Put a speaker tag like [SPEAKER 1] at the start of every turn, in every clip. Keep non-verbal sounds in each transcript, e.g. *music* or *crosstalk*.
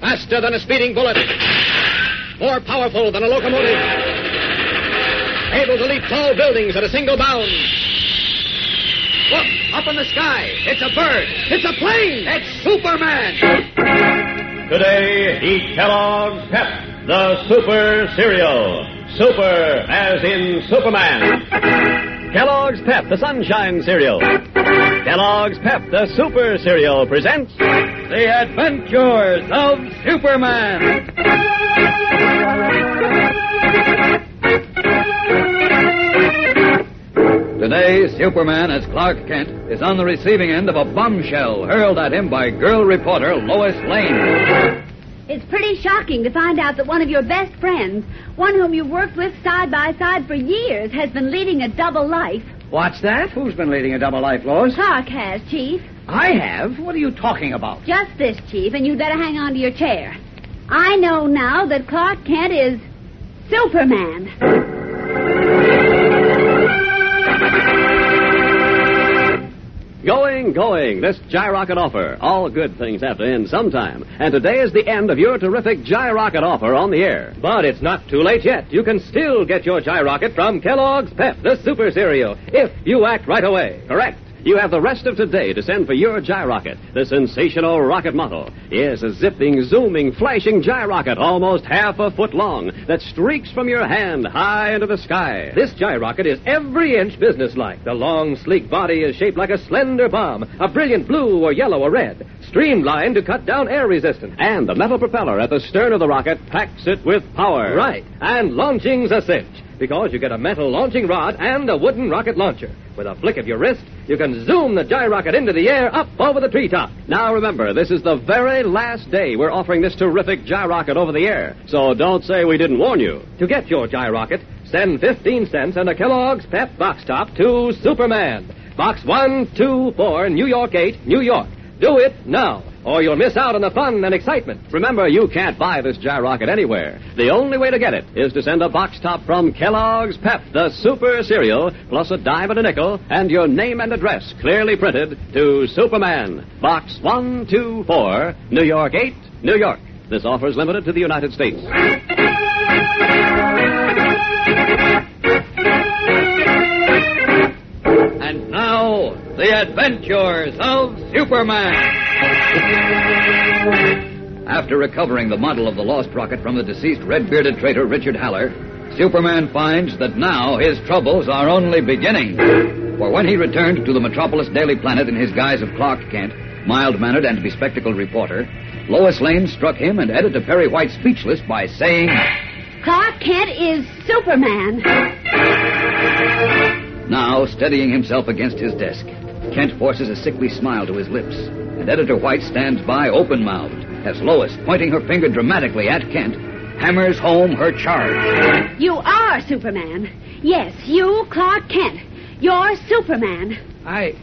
[SPEAKER 1] faster than a speeding bullet, more powerful than a locomotive, able to leap tall buildings at a single bound. Look, up in the sky, it's a bird, it's a plane, it's Superman.
[SPEAKER 2] Today, eat Kellogg's Pep, the super cereal. Super as in Superman. Kellogg's Pep, the sunshine cereal. Kellogg's Pep, the super cereal presents
[SPEAKER 1] The Adventures of Superman. Today, Superman as Clark Kent is on the receiving end of a bombshell hurled at him by girl reporter Lois Lane.
[SPEAKER 3] It's pretty shocking to find out that one of your best friends, one whom you worked with side by side for years, has been leading a double life.
[SPEAKER 1] What's that? Who's been leading a double life, Lois?
[SPEAKER 3] Clark has, Chief.
[SPEAKER 1] I have? What are you talking about?
[SPEAKER 3] Just this, Chief, and you'd better hang on to your chair. I know now that Clark Kent is Superman.
[SPEAKER 2] Going, going, this Gyrocket offer. All good things have to end sometime. And today is the end of your terrific Gyrocket offer on the air. But it's not too late yet. You can still get your Gyrocket from Kellogg's Pep, the super cereal, if you act right away. Correct. You have the rest of today to send for your gyrocket, the sensational rocket model. Yes, a zipping, zooming, flashing gyrocket, almost half a foot long, that streaks from your hand high into the sky.
[SPEAKER 4] This gyrocket is every inch businesslike. The long, sleek body is shaped like a slender bomb, a brilliant blue or yellow or red, streamlined to cut down air resistance.
[SPEAKER 2] And the metal propeller at the stern of the rocket packs it with power.
[SPEAKER 4] Right, and launching's a cinch because you get a metal launching rod and a wooden rocket launcher. With a flick of your wrist, you can zoom the gyrocket into the air up over the treetop.
[SPEAKER 2] Now remember, this is the very last day we're offering this terrific gyrocket over the air, so don't say we didn't warn you.
[SPEAKER 4] To get your gyrocket, send 15 cents and a Kellogg's Pep box top to Superman. Box 124, New York 8, New York. Do it now or you'll miss out on the fun and excitement.
[SPEAKER 2] Remember, you can't buy this gyrocket anywhere. The only way to get it is to send a box top from Kellogg's Pep, the super cereal, plus a dime and a nickel, and your name and address clearly printed to Superman, Box 124, New York 8, New York. This offer is limited to the United States.
[SPEAKER 1] And now, the adventures of Superman. After recovering the model of the lost rocket from the deceased red bearded traitor Richard Haller, Superman finds that now his troubles are only beginning. For when he returned to the Metropolis Daily Planet in his guise of Clark Kent, mild mannered and bespectacled reporter, Lois Lane struck him and Editor Perry White speechless by saying,
[SPEAKER 3] Clark Kent is Superman.
[SPEAKER 1] Now, steadying himself against his desk, Kent forces a sickly smile to his lips and Editor White stands by open mouthed as Lois, pointing her finger dramatically at Kent, hammers home her charge.
[SPEAKER 3] You are Superman. Yes, you, Clark Kent. You're Superman.
[SPEAKER 5] *laughs* I.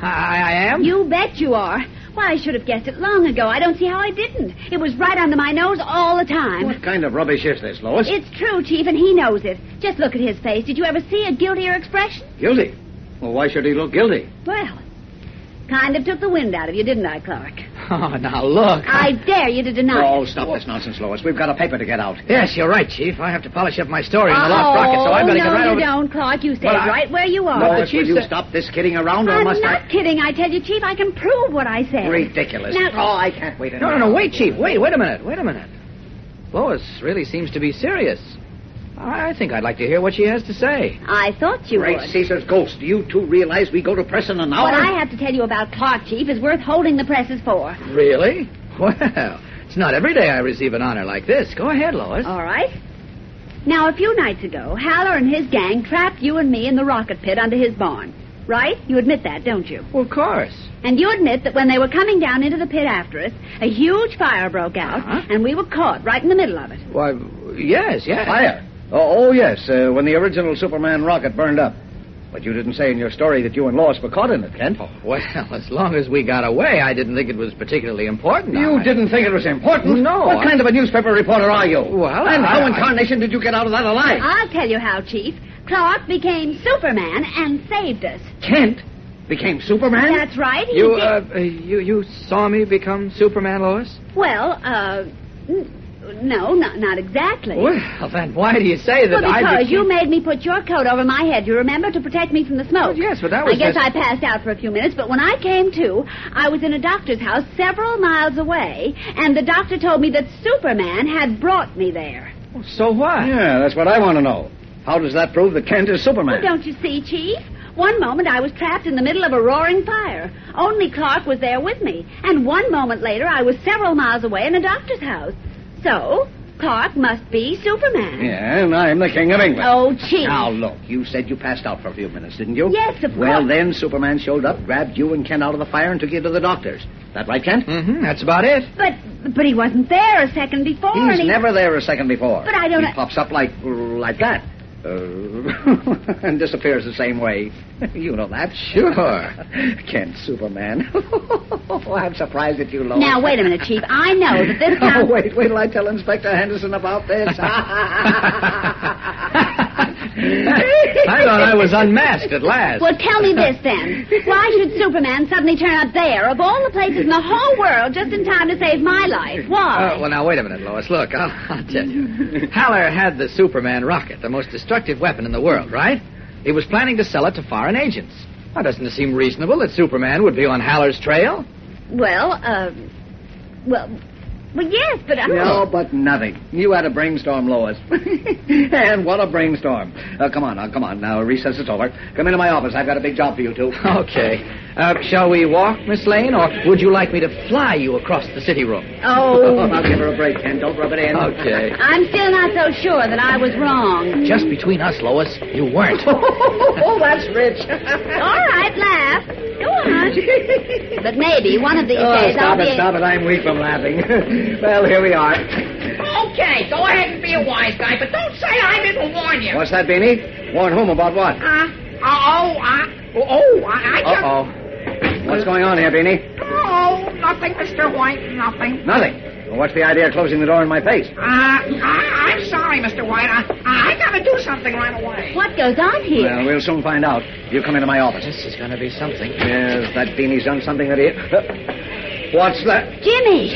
[SPEAKER 5] I, I am?
[SPEAKER 3] You bet you are. Why, I should have guessed it long ago. I don't see how I didn't. It was right under my nose all the time.
[SPEAKER 2] What kind of rubbish is this, Lois?
[SPEAKER 3] It's true, Chief, and he knows it. Just look at his face. Did you ever see a guiltier expression?
[SPEAKER 1] Guilty? Well, why should he look guilty?
[SPEAKER 3] Well, kind of took the wind out of you, didn't I, Clark?
[SPEAKER 5] *laughs* Oh, now look. *laughs*
[SPEAKER 3] I dare you to deny
[SPEAKER 1] Ah, Oh,
[SPEAKER 3] it.
[SPEAKER 1] stop this nonsense, Lois. We've got a paper to get out.
[SPEAKER 5] Yes, you're right, Chief. I have to polish up my story in the
[SPEAKER 3] oh,
[SPEAKER 5] Lost Rocket, so I better
[SPEAKER 3] no,
[SPEAKER 5] get right
[SPEAKER 3] you
[SPEAKER 5] over.
[SPEAKER 3] don't, Clark. You stay
[SPEAKER 5] But I-
[SPEAKER 3] right where you are.
[SPEAKER 1] Lois,
[SPEAKER 5] chief
[SPEAKER 1] will you
[SPEAKER 5] said-
[SPEAKER 1] stop this kidding around, or
[SPEAKER 3] I'm
[SPEAKER 1] must
[SPEAKER 3] not
[SPEAKER 1] I?
[SPEAKER 3] kidding. I tell you, Chief, I can prove what I said.
[SPEAKER 1] Ridiculous.
[SPEAKER 3] Now-
[SPEAKER 1] oh, I can't wait
[SPEAKER 5] No, no, no. Wait, Chief. Wait, wait a minute. Wait a minute. Lois really seems to be serious. I I think I'd like to hear what she has to say.
[SPEAKER 3] I thought you
[SPEAKER 1] Great
[SPEAKER 3] would.
[SPEAKER 1] Caesar's ghost. Do you two realize we go to press in an hour?
[SPEAKER 3] What I have to tell you about Clark, Chief, is worth holding the presses for.
[SPEAKER 5] Really? *laughs* Well, it's not every day I receive an honor like this. Go ahead, Lois.
[SPEAKER 3] All right. Now, a few nights ago, Haller and his gang trapped you and me in the rocket pit under his barn. Right? You admit that, don't you?
[SPEAKER 5] Well, of course.
[SPEAKER 3] And you admit that when they were coming down into the pit after us, a huge fire broke out,
[SPEAKER 5] Uh-huh.
[SPEAKER 3] and we were caught right in the middle of it.
[SPEAKER 5] Why, yes, yes.
[SPEAKER 1] Fire. Oh, oh yes, uh, when the original Superman rocket burned up. But you didn't say in your story that you and Lois were caught in it, Kent.
[SPEAKER 5] Oh, Well, as long as we got away, I didn't think it was particularly important.
[SPEAKER 1] You
[SPEAKER 5] I-
[SPEAKER 1] didn't think it was important?
[SPEAKER 5] No,
[SPEAKER 1] What
[SPEAKER 5] I-
[SPEAKER 1] kind of a newspaper reporter are you?
[SPEAKER 5] Well,
[SPEAKER 1] and
[SPEAKER 5] I-
[SPEAKER 1] how in
[SPEAKER 5] I-
[SPEAKER 1] carnation did you get out of that alive?
[SPEAKER 3] I'll tell you how, Chief. Clark became Superman and saved us.
[SPEAKER 1] Kent became Superman?
[SPEAKER 3] That's right. He
[SPEAKER 5] You,
[SPEAKER 3] did.
[SPEAKER 5] uh, uh, you, you saw me become Superman, Lois?
[SPEAKER 3] Well, uh, n- no, not, not exactly.
[SPEAKER 5] Well, then why do you say that
[SPEAKER 3] Well, because
[SPEAKER 5] I became...
[SPEAKER 3] you made me put your coat over my head, you remember, to protect me from the
[SPEAKER 5] Well, Oh,
[SPEAKER 3] smoke.
[SPEAKER 5] yes, but that was
[SPEAKER 3] I guess
[SPEAKER 5] just-
[SPEAKER 3] I passed out for a few minutes, but when I came to, I was in a doctor's house several miles away, and the doctor told me that Superman had brought me there.
[SPEAKER 5] So what?
[SPEAKER 1] Yeah, that's what I want to know. How does that prove that Kent is Superman?
[SPEAKER 3] Well, don't you see, Chief? One moment I was trapped in the middle of a roaring fire. Only Clark was there with me. And one moment later, I was several miles away in a doctor's house. So, Clark must be Superman.
[SPEAKER 1] Yeah, and I'm the King of England.
[SPEAKER 3] Oh, Chief.
[SPEAKER 1] Now, look, you said you passed out for a few minutes, didn't you?
[SPEAKER 3] Yes, of
[SPEAKER 1] Well,
[SPEAKER 3] course.
[SPEAKER 1] then Superman showed up, grabbed you and Kent out of the fire, and took you to the doctor's. That right, Kent?
[SPEAKER 5] Mm-hmm, that's about it.
[SPEAKER 3] But but he wasn't there a second before.
[SPEAKER 1] He's
[SPEAKER 3] and he...
[SPEAKER 1] never there a second before.
[SPEAKER 3] But I don't-
[SPEAKER 1] He pops up like like that. Uh, *laughs* and disappears the same way. *laughs* You know that.
[SPEAKER 5] Sure.
[SPEAKER 1] *laughs* Kent Superman. *laughs* Oh, I'm surprised at you, Lois.
[SPEAKER 3] Now wait a minute,
[SPEAKER 1] *laughs*
[SPEAKER 3] Chief. I know that this
[SPEAKER 1] Oh,
[SPEAKER 3] sounds.
[SPEAKER 1] wait, wait till I tell Inspector Henderson about this.
[SPEAKER 3] *laughs*
[SPEAKER 5] I thought I was unmasked at last.
[SPEAKER 3] Well, tell me this then. Why should Superman suddenly turn up there, of all the places in the whole world, just in time to save my life? Why?
[SPEAKER 5] Uh, well, now, wait a minute, Lois. Look, I'll, I'll tell you. Haller had the Superman rocket, the most destructive weapon in the world, right? He was planning to sell it to foreign agents. Now, doesn't it seem reasonable that Superman would be on Haller's trail?
[SPEAKER 3] Well, uh, well, well, yes, but I.
[SPEAKER 1] No, but nothing. You had a brainstorm, Lois. *laughs* and what a brainstorm. Uh, come on, now, come on. Now, recess is over. Come into my office. I've got a big job for you two.
[SPEAKER 5] *laughs* Okay. Uh, shall we walk, Miss Lane, or would you like me to fly you across the city room?
[SPEAKER 1] Oh,
[SPEAKER 3] Oh,
[SPEAKER 1] I'll give her a break, Ken. Don't rub it in.
[SPEAKER 5] Okay.
[SPEAKER 3] I'm still not so sure that I was wrong.
[SPEAKER 5] Just between us, Lois, you weren't.
[SPEAKER 1] *laughs* oh, that's rich.
[SPEAKER 3] All right, laugh. Go on. but maybe one of these
[SPEAKER 1] Oh,
[SPEAKER 3] days
[SPEAKER 1] stop
[SPEAKER 3] I'll
[SPEAKER 1] it,
[SPEAKER 3] be.
[SPEAKER 1] stop it. I'm weak from laughing. *laughs* well, here we are.
[SPEAKER 6] Okay, go ahead and be a wise guy, but don't say I didn't warn you.
[SPEAKER 1] What's that, Beanie? Warn whom about what?
[SPEAKER 6] Uh, oh, I, oh, I, I just...
[SPEAKER 1] Uh-oh. What's going on here, Beanie?
[SPEAKER 6] Oh, nothing, Mr. White, nothing.
[SPEAKER 1] Nothing. Well, what's the idea of closing the door in my face?
[SPEAKER 6] Uh, I, I'm sorry, Mr. White. I, I gotta do something right away.
[SPEAKER 3] What goes on here?
[SPEAKER 1] Well, we'll soon find out. You come into my office.
[SPEAKER 5] This is going to be something.
[SPEAKER 1] Yes, that Beanie's done something that he... *laughs* What's that?
[SPEAKER 3] Jimmy.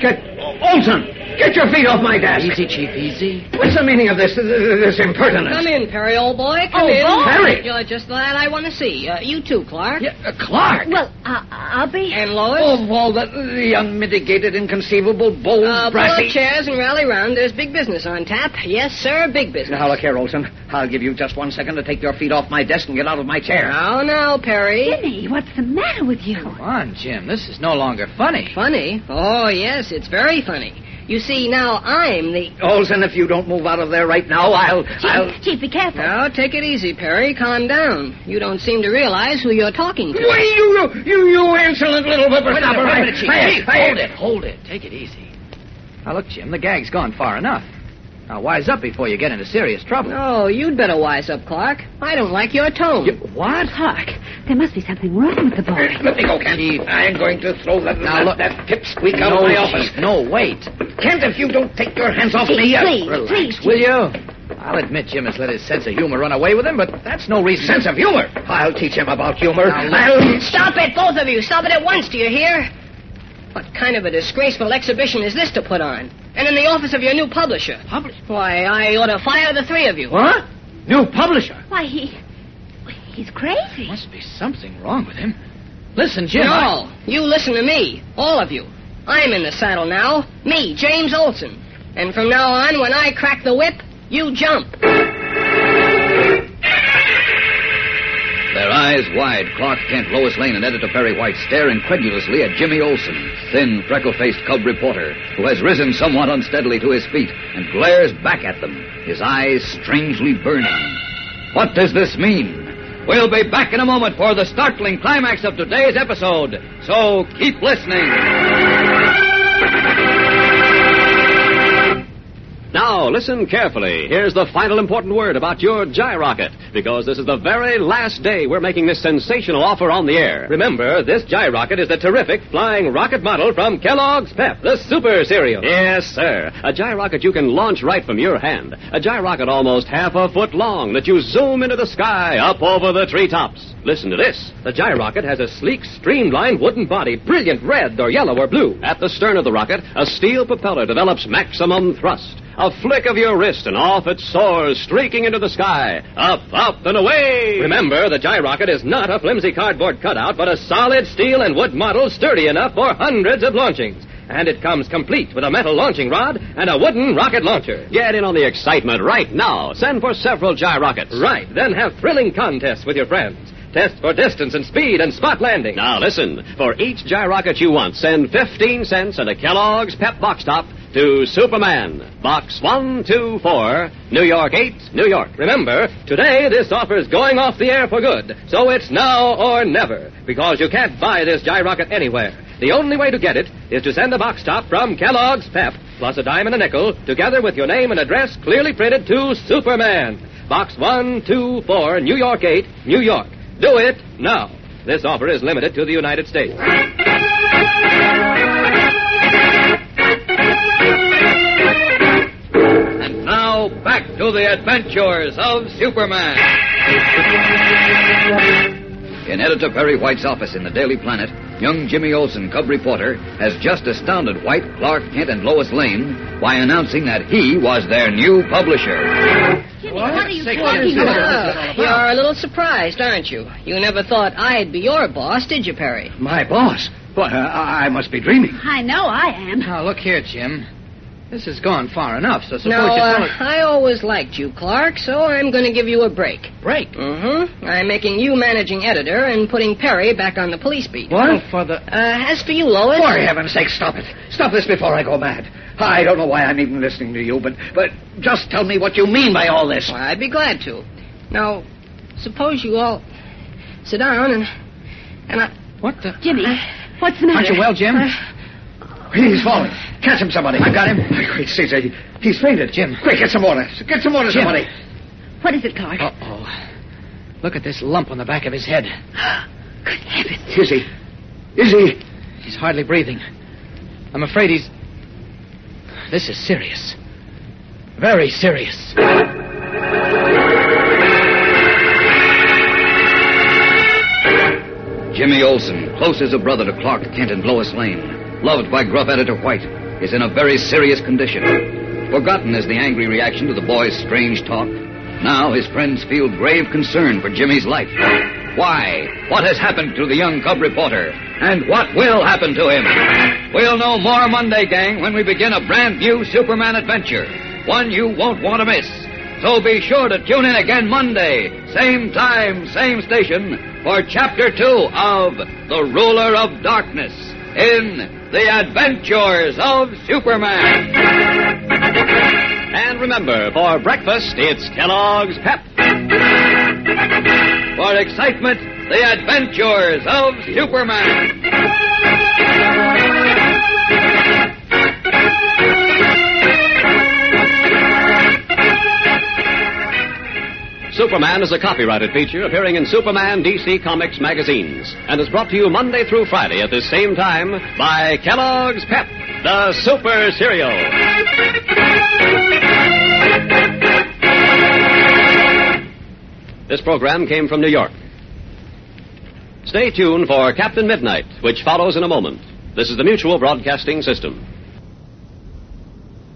[SPEAKER 1] Get... Olson! Get your feet off my desk!
[SPEAKER 5] Easy, Chief, easy.
[SPEAKER 1] What's the meaning of this, this impertinence?
[SPEAKER 7] Come in, Perry, old boy.
[SPEAKER 3] Oh,
[SPEAKER 7] Come in.
[SPEAKER 3] boy.
[SPEAKER 1] Perry!
[SPEAKER 7] You're just the lad I want to see. Uh, you too, Clark.
[SPEAKER 5] Yeah, uh, Clark! Oh,
[SPEAKER 3] Well, I I'll be.
[SPEAKER 7] And Lois.
[SPEAKER 1] Of all the, the unmitigated, inconceivable, bold,
[SPEAKER 7] uh, pull up
[SPEAKER 1] brassy...
[SPEAKER 7] chairs and rally round. There's big business on tap. Yes, sir, big business.
[SPEAKER 1] Now, look here, Olson. I'll give you just one second to take your feet off my desk and get out of my chair.
[SPEAKER 7] Now, now, Oh, Perry.
[SPEAKER 3] Jimmy, what's the matter with you?
[SPEAKER 5] Come on, Jim. This is no longer funny.
[SPEAKER 6] *laughs*
[SPEAKER 7] Funny? Oh, yes, it's very funny. You see, now I'm the.
[SPEAKER 1] Olson, if you don't move out of there right now, I'll... I'll...
[SPEAKER 3] Chief, Chief, be careful.
[SPEAKER 7] Now, take it easy, Perry. Calm down. You don't seem to realize who you're talking to.
[SPEAKER 1] Why, you, you, you, you insolent little whippersnapper!
[SPEAKER 5] wait a minute, Chief.
[SPEAKER 1] I-
[SPEAKER 5] Chief,
[SPEAKER 1] I-
[SPEAKER 5] hold it, hold it. Take it easy. Now, look, Jim, the gag's gone far enough. Now, wise up before you get into serious trouble.
[SPEAKER 7] Oh, you'd better wise up, Clark. I don't like your tone.
[SPEAKER 5] What?
[SPEAKER 3] Clark, there must be something wrong with the boy.
[SPEAKER 6] Let me go, Kent. I'm going to throw that,
[SPEAKER 5] Now,
[SPEAKER 6] that,
[SPEAKER 5] look-
[SPEAKER 6] that pipsqueak out
[SPEAKER 5] no,
[SPEAKER 6] of my
[SPEAKER 5] Chief,
[SPEAKER 6] office.
[SPEAKER 5] No, wait.
[SPEAKER 6] Kent, if you don't take your hands off
[SPEAKER 3] Please,
[SPEAKER 6] me, I'll-
[SPEAKER 3] please,
[SPEAKER 6] Relax.
[SPEAKER 3] please.
[SPEAKER 5] Will you? I'll admit Jim has let his sense of humor run away with him, but that's no reason.
[SPEAKER 6] Sense of humor. I'll teach him about humor.
[SPEAKER 5] Now, look.
[SPEAKER 6] I'll...
[SPEAKER 7] Stop it, both of you. Stop it at once, do you hear? What kind of a disgraceful exhibition is this to put on? And in the office of your new publisher?
[SPEAKER 5] Publisher?
[SPEAKER 7] Why, I ought to fire the three of you.
[SPEAKER 5] What? New publisher?
[SPEAKER 3] Why, he. why, He's crazy.
[SPEAKER 5] Must be something wrong with him. Listen, Jim. I-
[SPEAKER 7] No, you listen to me, all of you. I'm in the saddle now. Me, James Olson. And from now on, when I crack the whip,
[SPEAKER 5] *laughs*
[SPEAKER 7] you jump.
[SPEAKER 1] Their eyes wide, Clark Kent, Lois Lane, and Editor Perry White stare incredulously at Jimmy Olsen, thin, freckle-faced cub reporter, who has risen somewhat unsteadily to his feet and glares back at them, his eyes strangely burning. What does this mean? We'll be back in a moment for the startling climax of today's episode, so keep listening.
[SPEAKER 2] Now, listen carefully. Here's the final important word about your gyrocket, because this is the very last day we're making this sensational offer on the air. Remember, this gyrocket is the terrific flying rocket model from Kellogg's Pep, the super cereal. Yes, sir. A gyrocket you can launch right from your hand. A gyrocket almost half a foot long that you zoom into the sky up over the treetops. Listen to this. The gyrocket has a sleek, streamlined wooden body, brilliant red or yellow or blue. At the stern of the rocket, a steel propeller develops maximum thrust. A flick of your wrist and off it soars, streaking into the sky. Up, up, and away! Remember, the gyrocket is not a flimsy cardboard cutout, but a solid steel and wood model sturdy enough for hundreds of launchings. And it comes complete with a metal launching rod and a wooden rocket launcher. Get in on the excitement right now. Send for several gyrockets. Right, then have thrilling contests with your friends. Test for distance and speed and spot landing. Now listen. For each gyrocket you want, send 15 cents and a Kellogg's Pep Box Top to Superman, Box 124, New York 8, New York. Remember, today this offer's going off the air for good, so it's now or never, because you can't buy this gyrocket anywhere. The only way to get it is to send a box top from Kellogg's Pep, plus a dime and a nickel, together with your name and address clearly printed to Superman, Box 124, New York 8, New York. Do it now. This offer is limited to the United States.
[SPEAKER 1] And now back to the adventures of Superman. In Editor Perry White's office in the Daily Planet, young Jimmy Olsen, cub reporter, has just astounded White, Clark Kent, and Lois Lane by announcing that he was their new publisher.
[SPEAKER 3] Jimmy,
[SPEAKER 5] What?
[SPEAKER 3] what are you
[SPEAKER 5] Say,
[SPEAKER 3] talking
[SPEAKER 5] Clark,
[SPEAKER 3] about?
[SPEAKER 7] Ah, you're a little surprised, aren't you? You never thought I'd be your boss, did you, Perry?
[SPEAKER 5] My boss? What? I, I must be dreaming.
[SPEAKER 3] I know I am.
[SPEAKER 5] Now, look here, Jim. This has gone far enough, so suppose
[SPEAKER 7] no,
[SPEAKER 5] you tell
[SPEAKER 7] uh,
[SPEAKER 5] us-
[SPEAKER 7] I always liked you, Clark, so I'm going to give you a break.
[SPEAKER 5] Break.
[SPEAKER 7] *laughs* Mm-hmm. I'm making you managing editor and putting Perry back on the police beat.
[SPEAKER 5] What? For the...
[SPEAKER 7] Uh, as for you, Lois.
[SPEAKER 6] Oh, For heaven's sake, stop it. Stop this before I go mad. I don't know why I'm even listening to you, but but just tell me what you mean by all this.
[SPEAKER 7] Why, I'd be glad to. Now, suppose you all sit down and and I.
[SPEAKER 5] What the...
[SPEAKER 3] Jimmy, what's the matter? Uh,
[SPEAKER 5] Aren't you well, Jim?
[SPEAKER 6] He's falling. Catch him, somebody. I got him. Great Caesar, he, he's fainted.
[SPEAKER 5] Jim.
[SPEAKER 6] Quick, get some water. Get some water,
[SPEAKER 5] Jim.
[SPEAKER 6] somebody.
[SPEAKER 3] What is it, Clark?
[SPEAKER 5] Uh-oh. Look at this lump on the back of his head.
[SPEAKER 3] *gasps* Good heavens.
[SPEAKER 6] Is he? Is he?
[SPEAKER 5] He's hardly breathing. I'm afraid he's... This is serious. Very serious.
[SPEAKER 1] Jimmy Olsen, close as a brother to Clark Kent and Lois Lane, loved by gruff editor White, is in a very serious condition. Forgotten is the angry reaction to the boy's strange talk. Now his friends feel grave concern for Jimmy's life. Why? What has happened to the young cub reporter? And what will happen to him? We'll know more Monday, gang, when we begin a brand new Superman adventure. One you won't want to miss. So be sure to tune in again Monday, same time, same station, for Chapter 2 of The Ruler of Darkness in The Adventures of Superman.
[SPEAKER 2] And remember, for breakfast, it's Kellogg's Pep.
[SPEAKER 1] For excitement, The Adventures of Superman.
[SPEAKER 2] Superman is a copyrighted feature appearing in Superman DC Comics magazines and is brought to you Monday through Friday at this same time by Kellogg's Pep, the Super Cereal. This program came from New York. Stay tuned for Captain Midnight, which follows in a moment. This is the Mutual Broadcasting System.